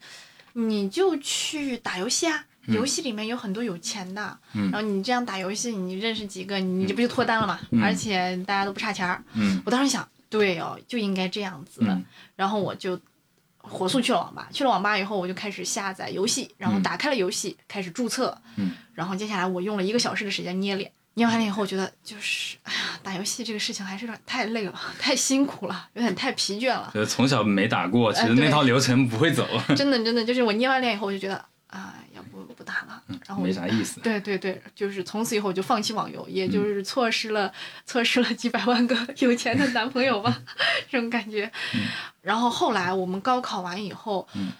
S1: 你就去打游戏啊。游戏里面有很多有钱的，
S2: 嗯
S1: 然后你这样打游戏，你认识几个，你这不就脱单了嘛？
S2: 嗯
S1: 而且大家都不差钱儿。
S2: 嗯
S1: 我当时想，对哦，就应该这样子。
S2: 嗯
S1: 然后我就火速去了网吧。去了网吧以后，我就开始下载游戏，然后打开了游戏，开始注册。
S2: 嗯。
S1: 然后接下来我用了一个小时的时间捏脸。捏完脸以后，我觉得就是，哎呀，打游戏这个事情还是有点太累了， *laughs* 太辛苦了，有点太疲倦了。
S2: 就是从小没打过，其
S1: 哎
S2: 实
S1: 对
S2: 那套流程不会走，
S1: 真的，真的，就是我捏完脸以后，我就觉得啊、要不不打了。然后我
S2: 嗯没
S1: 就
S2: 啥意思。
S1: 对对对，就是从此以后我就放弃网游，也就是错失了、错失了几百万个有钱的男朋友吧，这种感觉。然后后来我们高考完以后，
S2: 嗯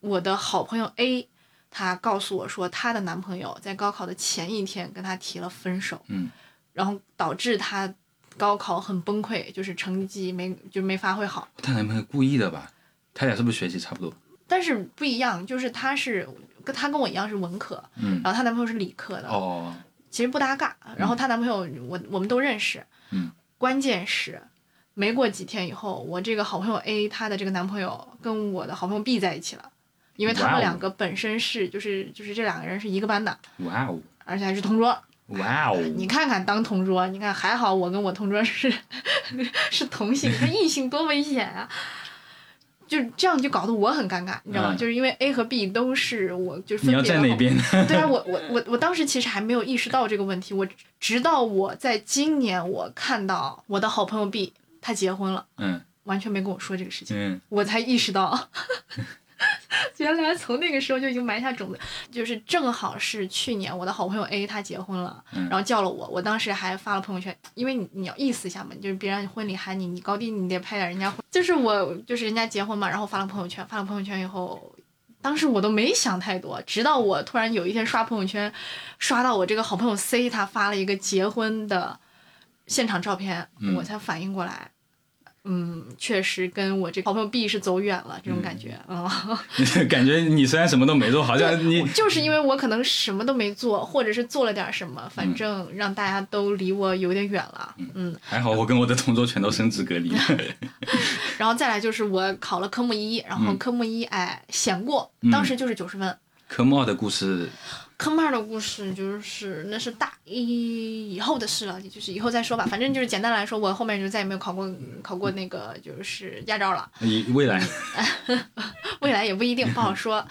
S1: 我的好朋友 A，她告诉我说，她的男朋友在高考的前一天跟她提了分手，
S2: 嗯
S1: 然后导致她高考很崩溃，就是成绩没就没发挥好。
S2: 她男朋友故意的吧？他俩是不是学习差不多？
S1: 但是不一样，就是她是跟她跟我一样是文科，
S2: 嗯
S1: 然后她男朋友是理科的，
S2: 哦，
S1: 其实不搭嘎。然后她男朋友，我我们都认识。
S2: 嗯。
S1: 关键是，没过几天以后，我这个好朋友 A 她的这个男朋友跟我的好朋友 B 在一起了，因为他
S2: 哇
S1: 们
S2: 哦
S1: 两个本身是就是就是这两个人是一个班的，
S2: 哇哦，
S1: 而且还是同桌。
S2: 哇哦，
S1: 你看看当同桌，你看还好我跟我同桌是 *laughs* 是同性，那异性多危险啊！就这样就搞得我很尴尬，你知道吗？
S2: 嗯
S1: 就是因为 A 和 B 都是我，就是
S2: 你
S1: 分
S2: 要
S1: 别的
S2: 站哪
S1: 好
S2: 边呢？
S1: 对啊，我我我我当时其实还没有意识到这个问题，我直到我在今年我看到我的好朋友 B 他结婚了，
S2: 嗯
S1: 完全没跟我说这个事情，
S2: 嗯 *laughs*
S1: 我才意识到，原来从那个时候就已经埋下种子，就是正好是去年我的好朋友 A 他结婚了，
S2: 嗯
S1: 然后叫了我，我当时还发了朋友圈，因为你你要意思一下嘛，就是别人婚礼喊你，你高低你得拍点人家婚，就是我就是人家结婚嘛，然后发了朋友圈，发了朋友圈以后。当时我都没想太多，直到我突然有一天刷朋友圈，刷到我这个好朋友 C 他发了一个结婚的现场照片，
S2: 嗯
S1: 我才反应过来，嗯，确实跟我这个好朋友 B 是走远了这种感觉啊。嗯
S2: 感觉你虽然什么都没做，好像你
S1: 就是因为我可能什么都没做，或者是做了点什么，反正让大家都离我有点远了。嗯，
S2: 还好，我跟我的同桌全都升职
S1: *laughs*
S2: 隔离。
S1: 然后再来就是我考了科目一，然后科目一哎险过，当时就是九十分。
S2: 科目二的故事
S1: 坑妹儿的故事就是那是大一以后的事了，也就是以后再说吧。反正就是简单来说，我后面就再也没有考过嗯考过那个就是驾照了，
S2: 以
S1: *laughs*
S2: 未来，
S1: 未来也不一定不好说。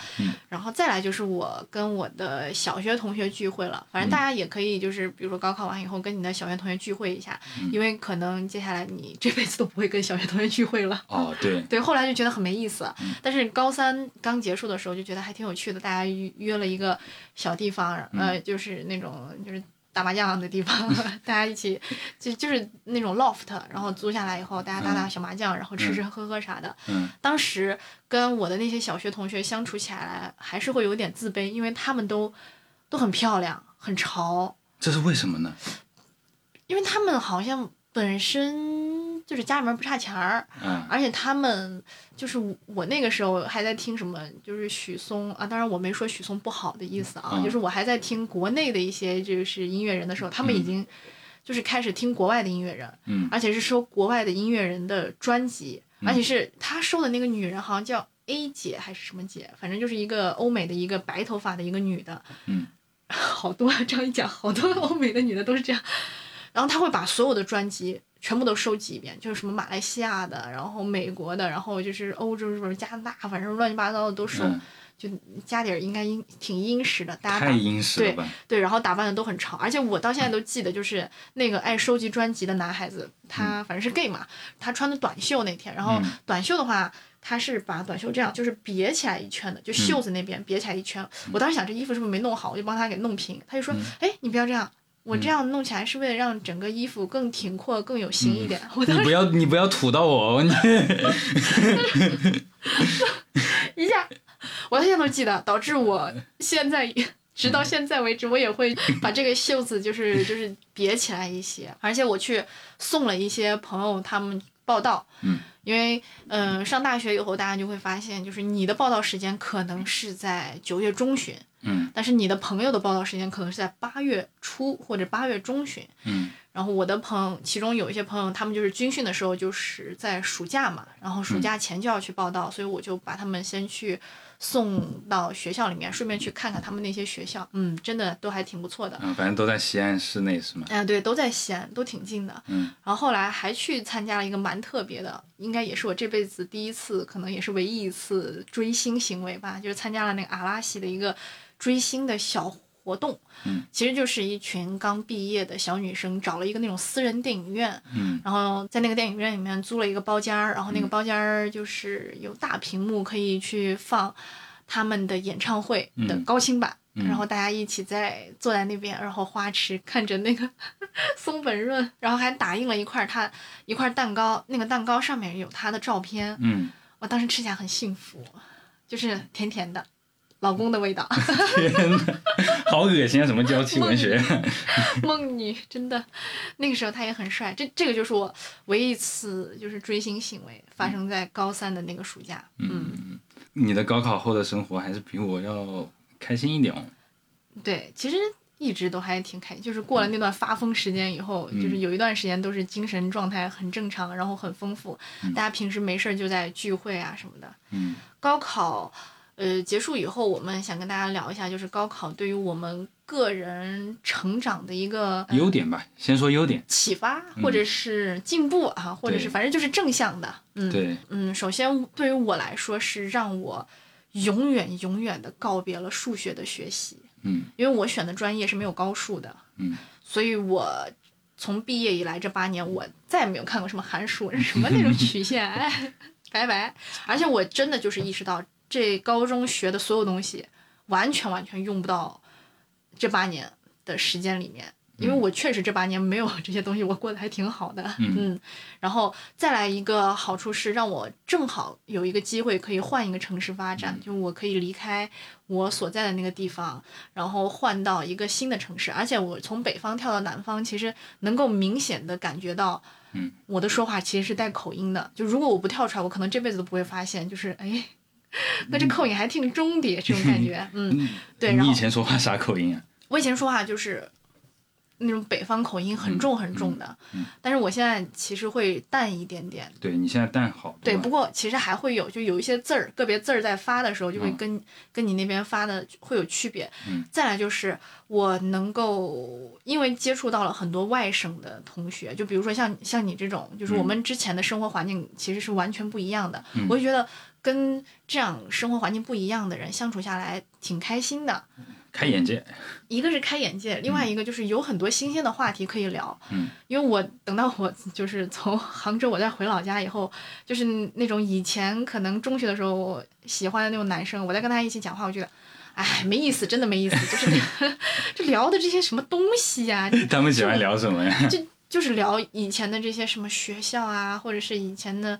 S1: 然后再来就是我跟我的小学同学聚会了，反正大家也可以就是比如说高考完以后跟你的小学同学聚会一下，因为可能接下来你这辈子都不会跟小学同学聚会了。
S2: 哦，对，
S1: 对，后来就觉得很没意思。但是高三刚结束的时候，就觉得还挺有趣的。大家约约了一个小地方，呃，就是那种就是打麻将的地方， *laughs* 大家一起就就是那种 loft，然后租下来以后，大家打打小麻将，然后吃吃喝喝啥的。
S2: 嗯
S1: 当时跟我的那些小学同学相处起来，还是会有点自卑，因为他们都都很漂亮，很潮，
S2: 这是为什么呢？
S1: 因为他们好像本身就是家里面不差钱儿。
S2: 啊，
S1: 而且他们就是我我那个时候还在听什么，就是许嵩啊，当然我没说许嵩不好的意思啊，
S2: 嗯
S1: 就是我还在听国内的一些就是音乐人的时候，他们已经就是开始听国外的音乐人，
S2: 嗯
S1: 而且是收国外的音乐人的专辑，而且是他收的那个女人好像叫 A 姐还是什么姐，反正就是一个欧美的一个白头发的一个女的，
S2: 嗯，
S1: *laughs* 好多啊这样一讲，好多欧美的女的都是这样，然后他会把所有的专辑全部都收集一遍，就是什么马来西亚的，然后美国的，然后就是欧洲、日本、加拿大，反正乱七八糟的都收，
S2: 嗯，
S1: 就加点儿应该英挺殷实的，大家
S2: 太
S1: 打
S2: 殷实了吧？
S1: 对，然后打扮的都很潮，而且我到现在都记得，就是那个爱收集专辑的男孩子，他反正是 gay 嘛，他穿的短袖那天，然后
S2: 嗯
S1: 短袖的话，他是把短袖这样就是别起来一圈的，就袖子那边别起来一圈。我当时想这衣服是不是没弄好，我就帮他给弄平，他就说，哎，你不要这样。我这样弄起来是为了让整个衣服更挺阔、更有型一点。我当
S2: 你
S1: 时
S2: 不要你不要吐到我哦，你
S1: *laughs* 一下，我到现在都记得，导致我现在也直到现在为止，我也会把这个袖子就是就是别起来一些，而且我去送了一些朋友他们报道，
S2: 嗯，
S1: 因为嗯、呃上大学以后，大家就会发现，就是你的报道时间可能是在九月中旬，
S2: 嗯
S1: 但是你的朋友的报道时间可能是在八月初或者八月中旬，
S2: 嗯
S1: 然后我的朋友，其中有一些朋友，他们就是军训的时候，就是在暑假嘛，然后暑
S2: 嗯
S1: 假前就要去报道，所以我就把他们先去送到学校里面，顺便去看看他们那些学校，嗯，真的都还挺不错的。
S2: 啊，反正都在西安市内是吗？
S1: 哎、对，都在西安，都挺近的。
S2: 嗯，
S1: 然后后来还去参加了一个蛮特别的，应该也是我这辈子第一次，可能也是唯一一次追星行为吧，就是参加了那个阿拉西的一个追星的小活动。
S2: 嗯，
S1: 其实就是一群刚毕业的小女生找了一个那种私人电影院，
S2: 嗯，
S1: 然后在那个电影院里面租了一个包间儿，然后那个包间儿就是有大屏幕可以去放他们的演唱会的
S2: 嗯
S1: 高清版。
S2: 嗯
S1: 然后大家一起在坐在那边，然后花痴看着那个 *laughs* 松本润，然后还打印了一块他一块蛋糕，那个蛋糕上面有他的照片，
S2: 嗯，
S1: 我当时吃起来很幸福，就是甜甜的，老公的味道，
S2: 好恶心啊！什么娇妻文
S1: *laughs*
S2: 学？
S1: 嗯梦女真的，那个时候他也很帅，这这个就是我唯一一次就是追星行为发
S2: 嗯
S1: 生在高三的那个暑假，嗯，
S2: 你的高考后的生活还是比我要开心一点哦。
S1: 嗯对，其实。一直都还挺开心，就是
S2: 嗯
S1: 过了那段发疯时间以后，就是有一段时间都是精神状态很正常，然后很丰富，大家平时没事儿就在聚会啊什么的，
S2: 嗯
S1: 高考，呃，结束以后，我们想跟大家聊一下，就是高考对于我们个人成长的一个呃
S2: 优点吧，先说优点。
S1: 启发，或者是进步啊，或者是
S2: 对
S1: 反正就是正向的。嗯
S2: 对，
S1: 嗯，首先对于我来说是让我永远永远的告别了数学的学习，
S2: 嗯
S1: 因为我选的专业是没有高数的，
S2: 嗯，
S1: 所以我。从毕业以来这八年，我再也没有看过什么函数，什么那种曲线，哎，拜拜。而且我真的就是意识到，这高中学的所有东西，完全完全用不到这八年的时间里面，因为我确实这八年没有这些东西，我过得还挺好的，嗯然后再来一个好处是，让我正好有一个机会可以换一个城市发展，就我可以离开我所在的那个地方，然后换到一个新的城市，而且我从北方跳到南方，其实能够明显的感觉到。我的说话其实是带口音的，就如果我不跳出来，我可能这辈子都不会发现，就是哎， *laughs* 那这口音还挺中的这种感觉，嗯，对，然
S2: 你
S1: 后
S2: 以前说话啥口音啊？
S1: 我以前说话就是那种北方口音
S2: 嗯
S1: 很重很重的。但是我现在其实会淡一点点。
S2: 对你现在蛋好，啊
S1: 对，
S2: 吧
S1: 不过其实还会有，就有一些字儿，个别字儿在发的时候就会
S2: 嗯
S1: 跟、跟你那边发的会有区别。
S2: 嗯
S1: 再来就是我能够，因为接触到了很多外省的同学，就比如说像像你这种，就是我
S2: 嗯
S1: 们之前的生活环境其实是完全不一样的。
S2: 嗯
S1: 我就觉得跟这样生活环境不一样的人相处下来挺开心的。
S2: 开眼界，
S1: 一个是开眼界，另外一个就是有很多新鲜的话题可以聊。
S2: 嗯，
S1: 因为我等到我就是从杭州我再回老家以后，就是那种以前可能中学的时候我喜欢的那种男生，我在跟他一起讲话，我觉得，哎，没意思，真的没意思，就是 *laughs* 这聊的这些什么东西呀、
S2: 他们喜欢聊什么呀？
S1: 就就是聊以前的这些什么学校啊，或者是以前的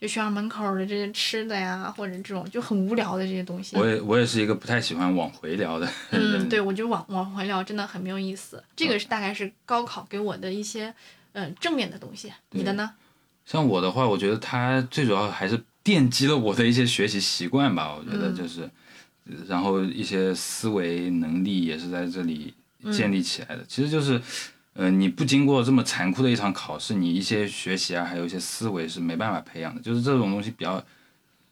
S1: 就学校门口的这些吃的呀，或者这种就很无聊的这些东西。
S2: 我也我也是一个不太喜欢往回聊的
S1: 嗯，
S2: 人，
S1: 对，我觉得往往回聊真的很没有意思。这个是大概是高考给我的一些嗯、呃正面的东西。你的呢？
S2: 像我的话，我觉得它最主要还是奠基了我的一些学习习惯吧。我觉得就是，呃然后一些思维能力也是在这里建立起来的。其实就是，呃，你不经过这么残酷的一场考试，你一些学习啊，还有一些思维是没办法培养的。就是这种东西比较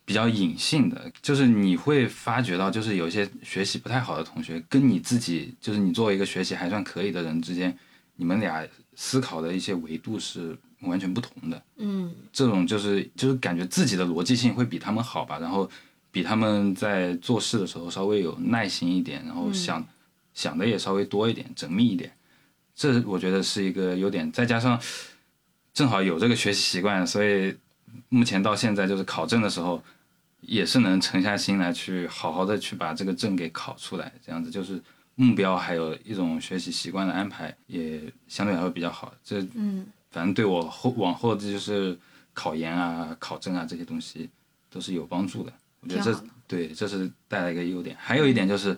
S2: 比较隐性的，就是你会发觉到，就是有一些学习不太好的同学，跟你自己，就是你作为一个学习还算可以的人之间，你们俩思考的一些维度是完全不同的。
S1: 嗯
S2: 这种就是就是感觉自己的逻辑性会比他们好吧，然后比他们在做事的时候稍微有耐心一点，然后想、想的也稍微多一点，缜密一点。这我觉得是一个优点，再加上正好有这个学习习惯，所以目前到现在就是考证的时候，也是能沉下心来去好好的去把这个证给考出来，这样子就是目标还有一种学习习惯的安排，也相对来说比较好。这
S1: 嗯
S2: 反正对我后往后这就是考研啊、考证啊这些东西都是有帮助的。我觉得
S1: 挺
S2: 这
S1: 好的
S2: 对这是带来一个优点，还有一点就是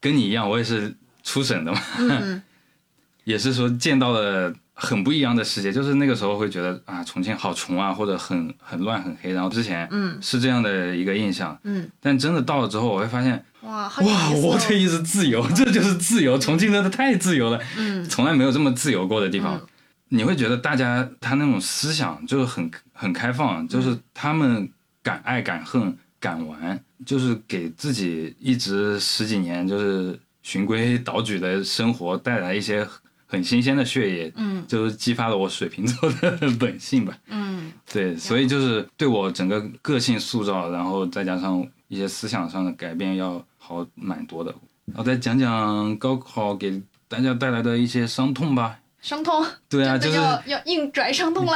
S2: 跟你一样，我也是初审的嘛，
S1: 嗯
S2: *laughs* 也是说见到了很不一样的世界。就是那个时候会觉得啊，重庆好穷啊，或者很很乱很黑。然后之前
S1: 嗯
S2: 是这样的一个印象，
S1: 嗯，
S2: 但真的到了之后，我会发现
S1: 哇，好有
S2: 哇，
S1: 意思
S2: 我
S1: 哦
S2: 的意思自由， *laughs* 这就是自由。重庆真的太自由了，
S1: 嗯
S2: 从来没有这么自由过的地方。
S1: 嗯
S2: 你会觉得大家他那种思想就是很很开放，啊
S1: 嗯
S2: 就是他们敢爱敢恨敢玩，就是给自己一直十几年就是循规蹈矩的生活带来一些很新鲜的血液，
S1: 嗯
S2: *laughs* 就是激发了我水瓶座的 *laughs* 本性吧。
S1: 嗯
S2: 对，所以就是对我整个个性塑造，然后再加上一些思想上的改变，要好蛮多的。然后再讲讲高考给大家带来的一些伤痛吧。
S1: 伤痛，
S2: 对啊，就
S1: 真
S2: 是
S1: 的要要硬拽伤痛了。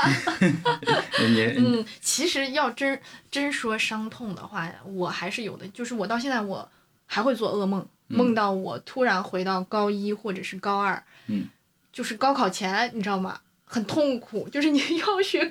S2: 你
S1: 嗯，其实要真真说伤痛的话，我还是有的，就是我到现在我还会做噩梦，梦到我突然回到高一或者是高二，
S2: 嗯，
S1: 就是高考前，你知道吗？很痛苦，就是你 *laughs* 要学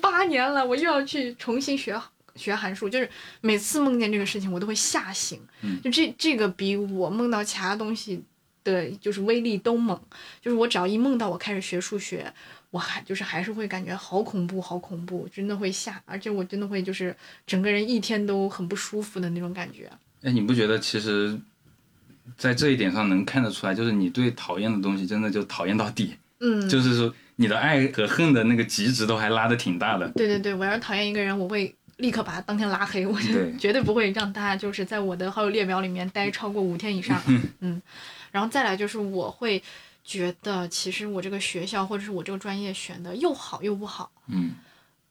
S1: 八年了，我又要去重新学学函数，就是每次梦见这个事情，我都会吓醒，
S2: 嗯
S1: 就这这个比我梦到其他东西。的就是威力都猛，就是我只要一梦到我开始学数学，我还就是还是会感觉好恐怖，好恐怖，真的会吓，而且我真的会就是整个人一天都很不舒服的那种感觉。
S2: 哎，你不觉得其实，在这一点上能看得出来，就是你对讨厌的东西真的就讨厌到底，
S1: 嗯，
S2: *laughs* 就是说你的爱和恨的那个极值都还拉的挺大的。
S1: 对对对，我要是讨厌一个人，我会立刻把他当天拉黑，我就
S2: 对
S1: 绝对不会让他就是在我的好友列表里面待超过五天以上。嗯，然后再来就是我会觉得，其实我这个学校或者是我这个专业选的又好又不好。
S2: 嗯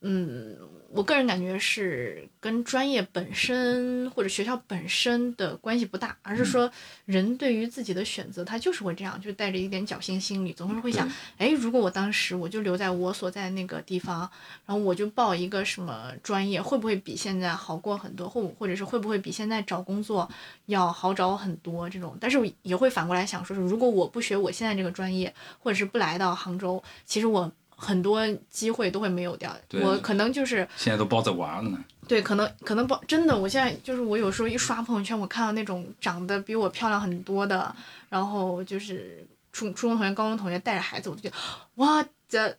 S1: 嗯，我个人感觉是跟专业本身或者学校本身的关系不大，而是说人对于自己的选择，他就是会这样，就带着一点侥幸心理，总是会想，哎，如果我当时我就留在我所在那个地方，然后我就报一个什么专业，会不会比现在好过很多，或或者是会不会比现在找工作要好找很多这种？但是我也会反过来想，说是如果我不学我现在这个专业，或者是不来到杭州，其实我很多机会都会没有掉。
S2: 对
S1: 我可能就是
S2: 现在都抱着娃了呢。
S1: 对，可能可能不真的，我现在就是我有时候一刷朋友圈，我看到那种长得比我漂亮很多的，然后就是初初中同学、高中同学带着孩子，我就觉得哇这。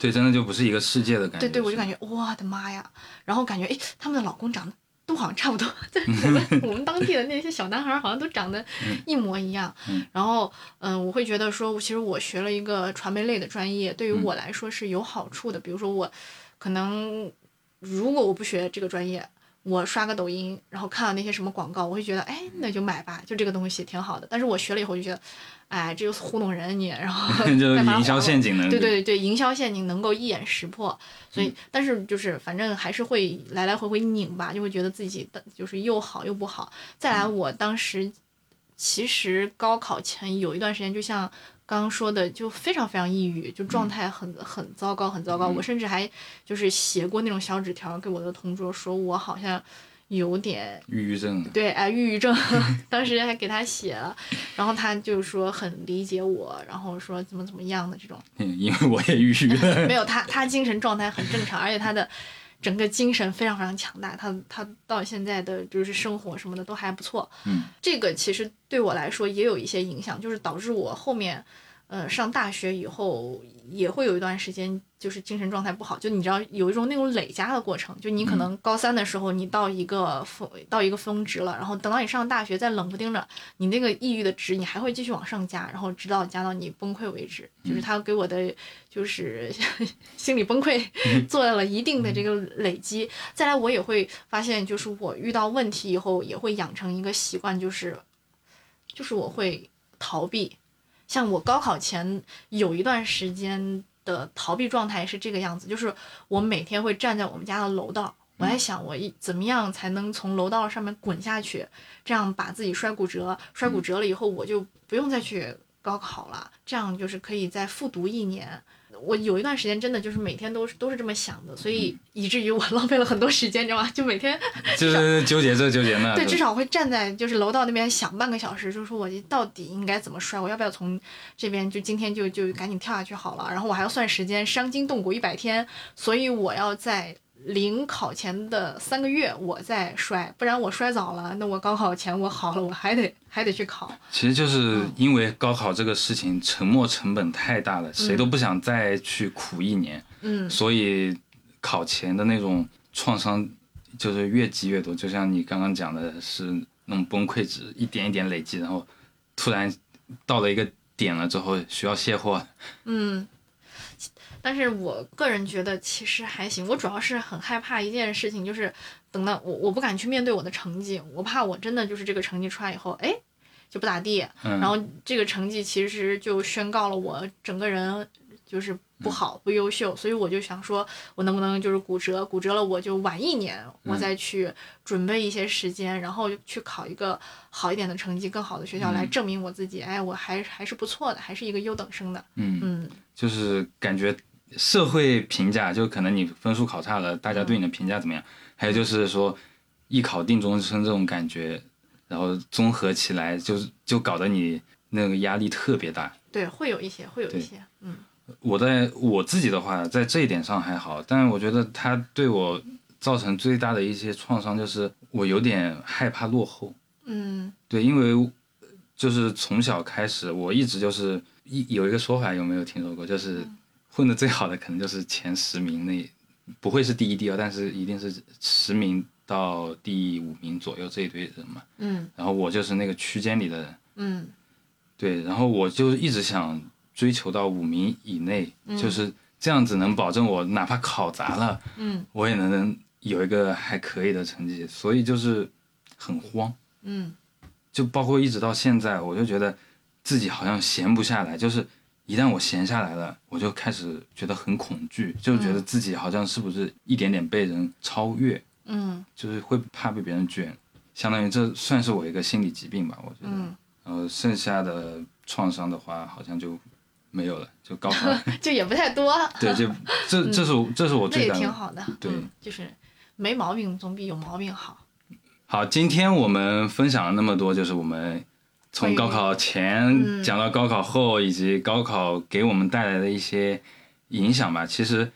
S2: 对，真的就不是一个世界的感觉。
S1: 对对，我就感
S2: 觉
S1: 觉我的妈呀！然后感觉哎，他们的老公长得都好像差不多，对，
S2: *laughs*
S1: 我们当地的那些小男孩好像都长得
S2: 嗯
S1: 一模一样。然后，嗯，我会觉得说，其实我学了一个传媒类的专业，
S2: 嗯
S1: 对于我来说是有好处的。比如说我，可能如果我不学这个专业，我刷个抖音，然后看到那些什么广告，我会觉得，哎，那就买吧，就这个东西挺好的。但是我学了以后就觉得，哎，这就是糊弄人你，然后
S2: *laughs* 就是
S1: 干嘛
S2: 营销
S1: 糊弄
S2: 陷阱能力
S1: 对对对，营销陷阱能够一眼识破，所以、但是就是反正还是会来来回回拧吧，就会觉得自己的就是又好又不好。再来，我当时其实高考前有一段时间，就像刚刚说的，就非常非常抑郁，就状态很、很糟糕，很糟糕。我甚至还就是写过那种小纸条给我的同桌，说我好像有点
S2: 抑郁症啊，
S1: 对，哎，抑郁症，当时还给他写了，然后他就说很理解我，然后说怎么怎么样的这种。
S2: 嗯因为我也抑郁
S1: *laughs*
S2: 了。
S1: 没有他，他精神状态很正常，而且他的整个精神非常非常强大。他他到现在的就是生活什么的都还不错。
S2: 嗯，
S1: 这个其实对我来说也有一些影响，就是导致我后面，呃，上大学以后也会有一段时间就是精神状态不好。就你知道有一种那种累加的过程，就你可能高三的时候你到一个峰、到一个峰值了，然后等到你上大学再冷不丁的你那个抑郁的值，你还会继续往上加，然后直到加到你崩溃为止。就是他给我的，就是心理崩溃做了一定的这个累积。再来，我也会发现，就是我遇到问题以后，也会养成一个习惯，就是，就是我会逃避。像我高考前有一段时间的逃避状态是这个样子，就是我每天会站在我们家的楼道，我在想我一怎么样才能从楼道上面滚下去，这样把自己摔骨折，摔骨折了以后我就不用再去高考了，这样就是可以再复读一年。我有一段时间真的就是每天都是都是这么想的，所以以至于我 *laughs* 浪费了很多时间，你知道吗？就每天
S2: 就是纠结这纠结那。
S1: 啊对，
S2: 就
S1: 至少会站在就是楼道那边想半个小时，就是说我到底应该怎么摔，我要不要从这边就今天就就赶紧跳下去好了。然后我还要算时间，伤筋动骨一百天，所以我要在临考前的三个月我再摔，不然我摔早了，那我高考前我好了，我还得还得去考。
S2: 其实就是
S1: 嗯
S2: 因为高考这个事情，沉没成本太大了，谁都不想再去苦一年，
S1: 嗯
S2: 所以考前的那种创伤就是越积越多。就像你刚刚讲的是那种崩溃值，一点一点累积，然后突然到了一个点了之后需要卸货。
S1: 嗯。但是我个人觉得其实还行，我主要是很害怕一件事情，就是等到我我不敢去面对我的成绩，我怕我真的就是这个成绩出来以后，哎，就不咋地，
S2: 嗯，
S1: 然后这个成绩其实就宣告了我整个人就是
S2: 嗯
S1: 不好、不优秀，所以我就想说，我能不能就是骨折？骨折了我就晚一年，
S2: 嗯
S1: 我再去准备一些时间，然后去考一个好一点的成绩、更好的学校，
S2: 嗯
S1: 来证明我自己。哎，我还还是不错的，还是一个优等生的。
S2: 嗯
S1: 嗯
S2: 就是感觉社会评价，就可能你分数考差了，大家对你的评价怎么样？还有就是说一考定终身这种感觉，然后综合起来就，是就搞得你那个压力特别大。
S1: 对，会有一些，会有一
S2: 对
S1: 些。嗯
S2: 我在我自己的话，在这一点上还好，但我觉得它对我造成最大的一些创伤，就是我有点害怕落后。
S1: 嗯
S2: 对，因为就是从小开始，我一直就是一有一个说法，有没有听说过？就是混的最好的可能就是前十名那，不会是第一、第二，但是一定是十名到第五名左右这一堆人嘛。
S1: 嗯
S2: 然后我就是那个区间里的人，
S1: 嗯
S2: 对，然后我就一直想追求到五名以内，就是这样子能保证我哪怕考砸了，
S1: 嗯
S2: 我也能有一个还可以的成绩，所以就是很慌。
S1: 嗯
S2: 就包括一直到现在，我就觉得自己好像闲不下来，就是一旦我闲下来了，我就开始觉得很恐惧，就觉得自己好像是不是一点点被人超越，
S1: 嗯
S2: 就是会怕被别人卷，相当于这算是我一个心理疾病吧，我觉得。
S1: 嗯，
S2: 然后剩下的创伤的话，好像就没有了，就
S1: *laughs*
S2: 高考，
S1: 就也不太多，
S2: 对，就这这是我这是我
S1: 嗯那
S2: 最
S1: 也
S2: 大的
S1: 挺好的。
S2: 对
S1: 嗯，就是没毛病总比有毛病好。
S2: 好，今天我们分享了那么多，就是我们从高考
S1: 嗯
S2: 前讲到高考后，以及高考给我们带来的一些影响吧。其实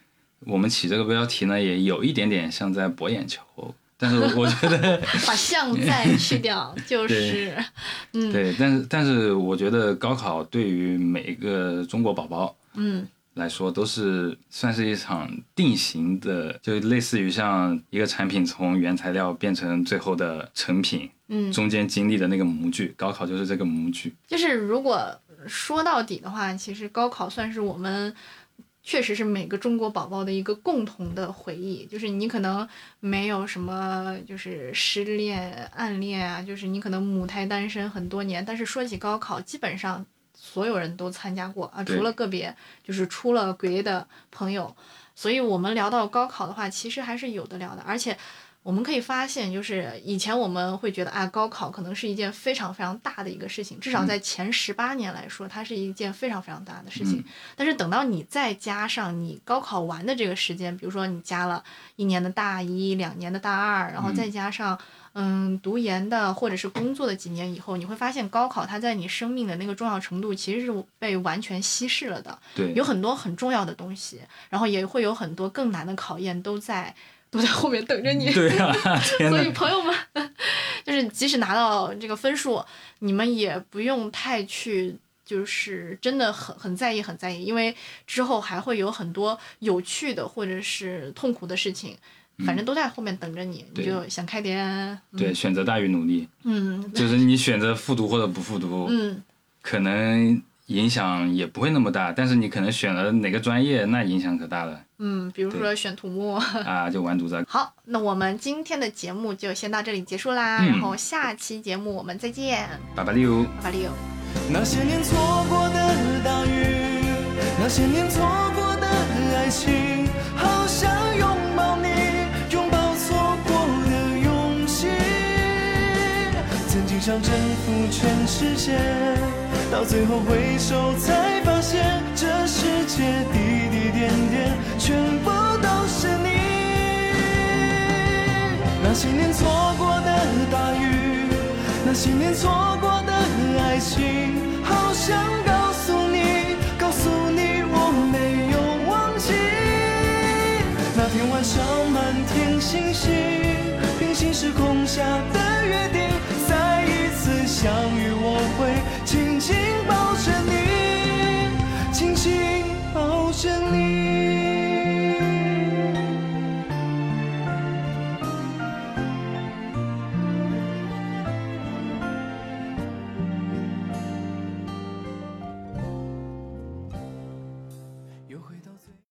S2: 我们起这个标题呢，也有一点点像在博眼球，但是我觉
S1: *laughs*
S2: 得
S1: 把项在去掉， *laughs* 就是
S2: 对，但是但是我觉得高考对于每一个中国宝宝，
S1: 嗯
S2: 来说，都是算是一场定型的，就类似于像一个产品从原材料变成最后的成品，
S1: 嗯，
S2: 中间经历的那个模具，高考就是这个模具。
S1: 就是如果说到底的话，其实高考算是我们。确实是每个中国宝宝的一个共同的回忆，就是你可能没有什么，就是失恋、暗恋啊，就是你可能母胎单身很多年，但是说起高考，基本上所有人都参加过啊，
S2: 对
S1: 除了个别就是出了轨的朋友。所以我们聊到高考的话，其实还是有的聊的，而且我们可以发现，就是以前我们会觉得啊，高考可能是一件非常非常大的一个事情，至少在前十八年来说，它是一件非常非常大的事情。
S2: 嗯
S1: 但是等到你再加上你高考完的这个时间，比如说你加了一年的大一、两年的大二，然后再加上嗯读研的或者是工作的几年以后，你会发现高考它在你生命的那个重要程度其实是被完全稀释了的，
S2: 对，
S1: 有很多很重要的东西，然后也会有很多更难的考验都在都在后面等着你。*laughs*
S2: 对啊，天
S1: 所
S2: 哪
S1: 以！朋友们，就是即使拿到这个分数，你们也不用太去，就是真的很很在意，很在意，因为之后还会有很多有趣的或者是痛苦的事情，反正都在后面等着你，你
S2: 嗯对
S1: 就想开点。
S2: 对，选择大于努力，
S1: 嗯
S2: 就是你选择复读或者不复读，
S1: 嗯，
S2: 可能影响也不会那么大，但是你可能选了哪个专业，那影响可
S1: *laughs*
S2: 大了
S1: 嗯，比如说选土木。
S2: 啊，就完犊子了。
S1: 好，那我们今天的节目就先到这里结束啦，
S2: 嗯
S1: 然后下期节目我们再见，
S2: 爸爸六。
S1: 拜拜六。
S3: 那些年错过的大雨，那些年错过的爱情，好想拥抱你，拥抱错过的勇气。曾经想征服全世界，到最后回首才发现，这世界滴滴点点，全部都是你。那些年错过的大雨，那些年错过的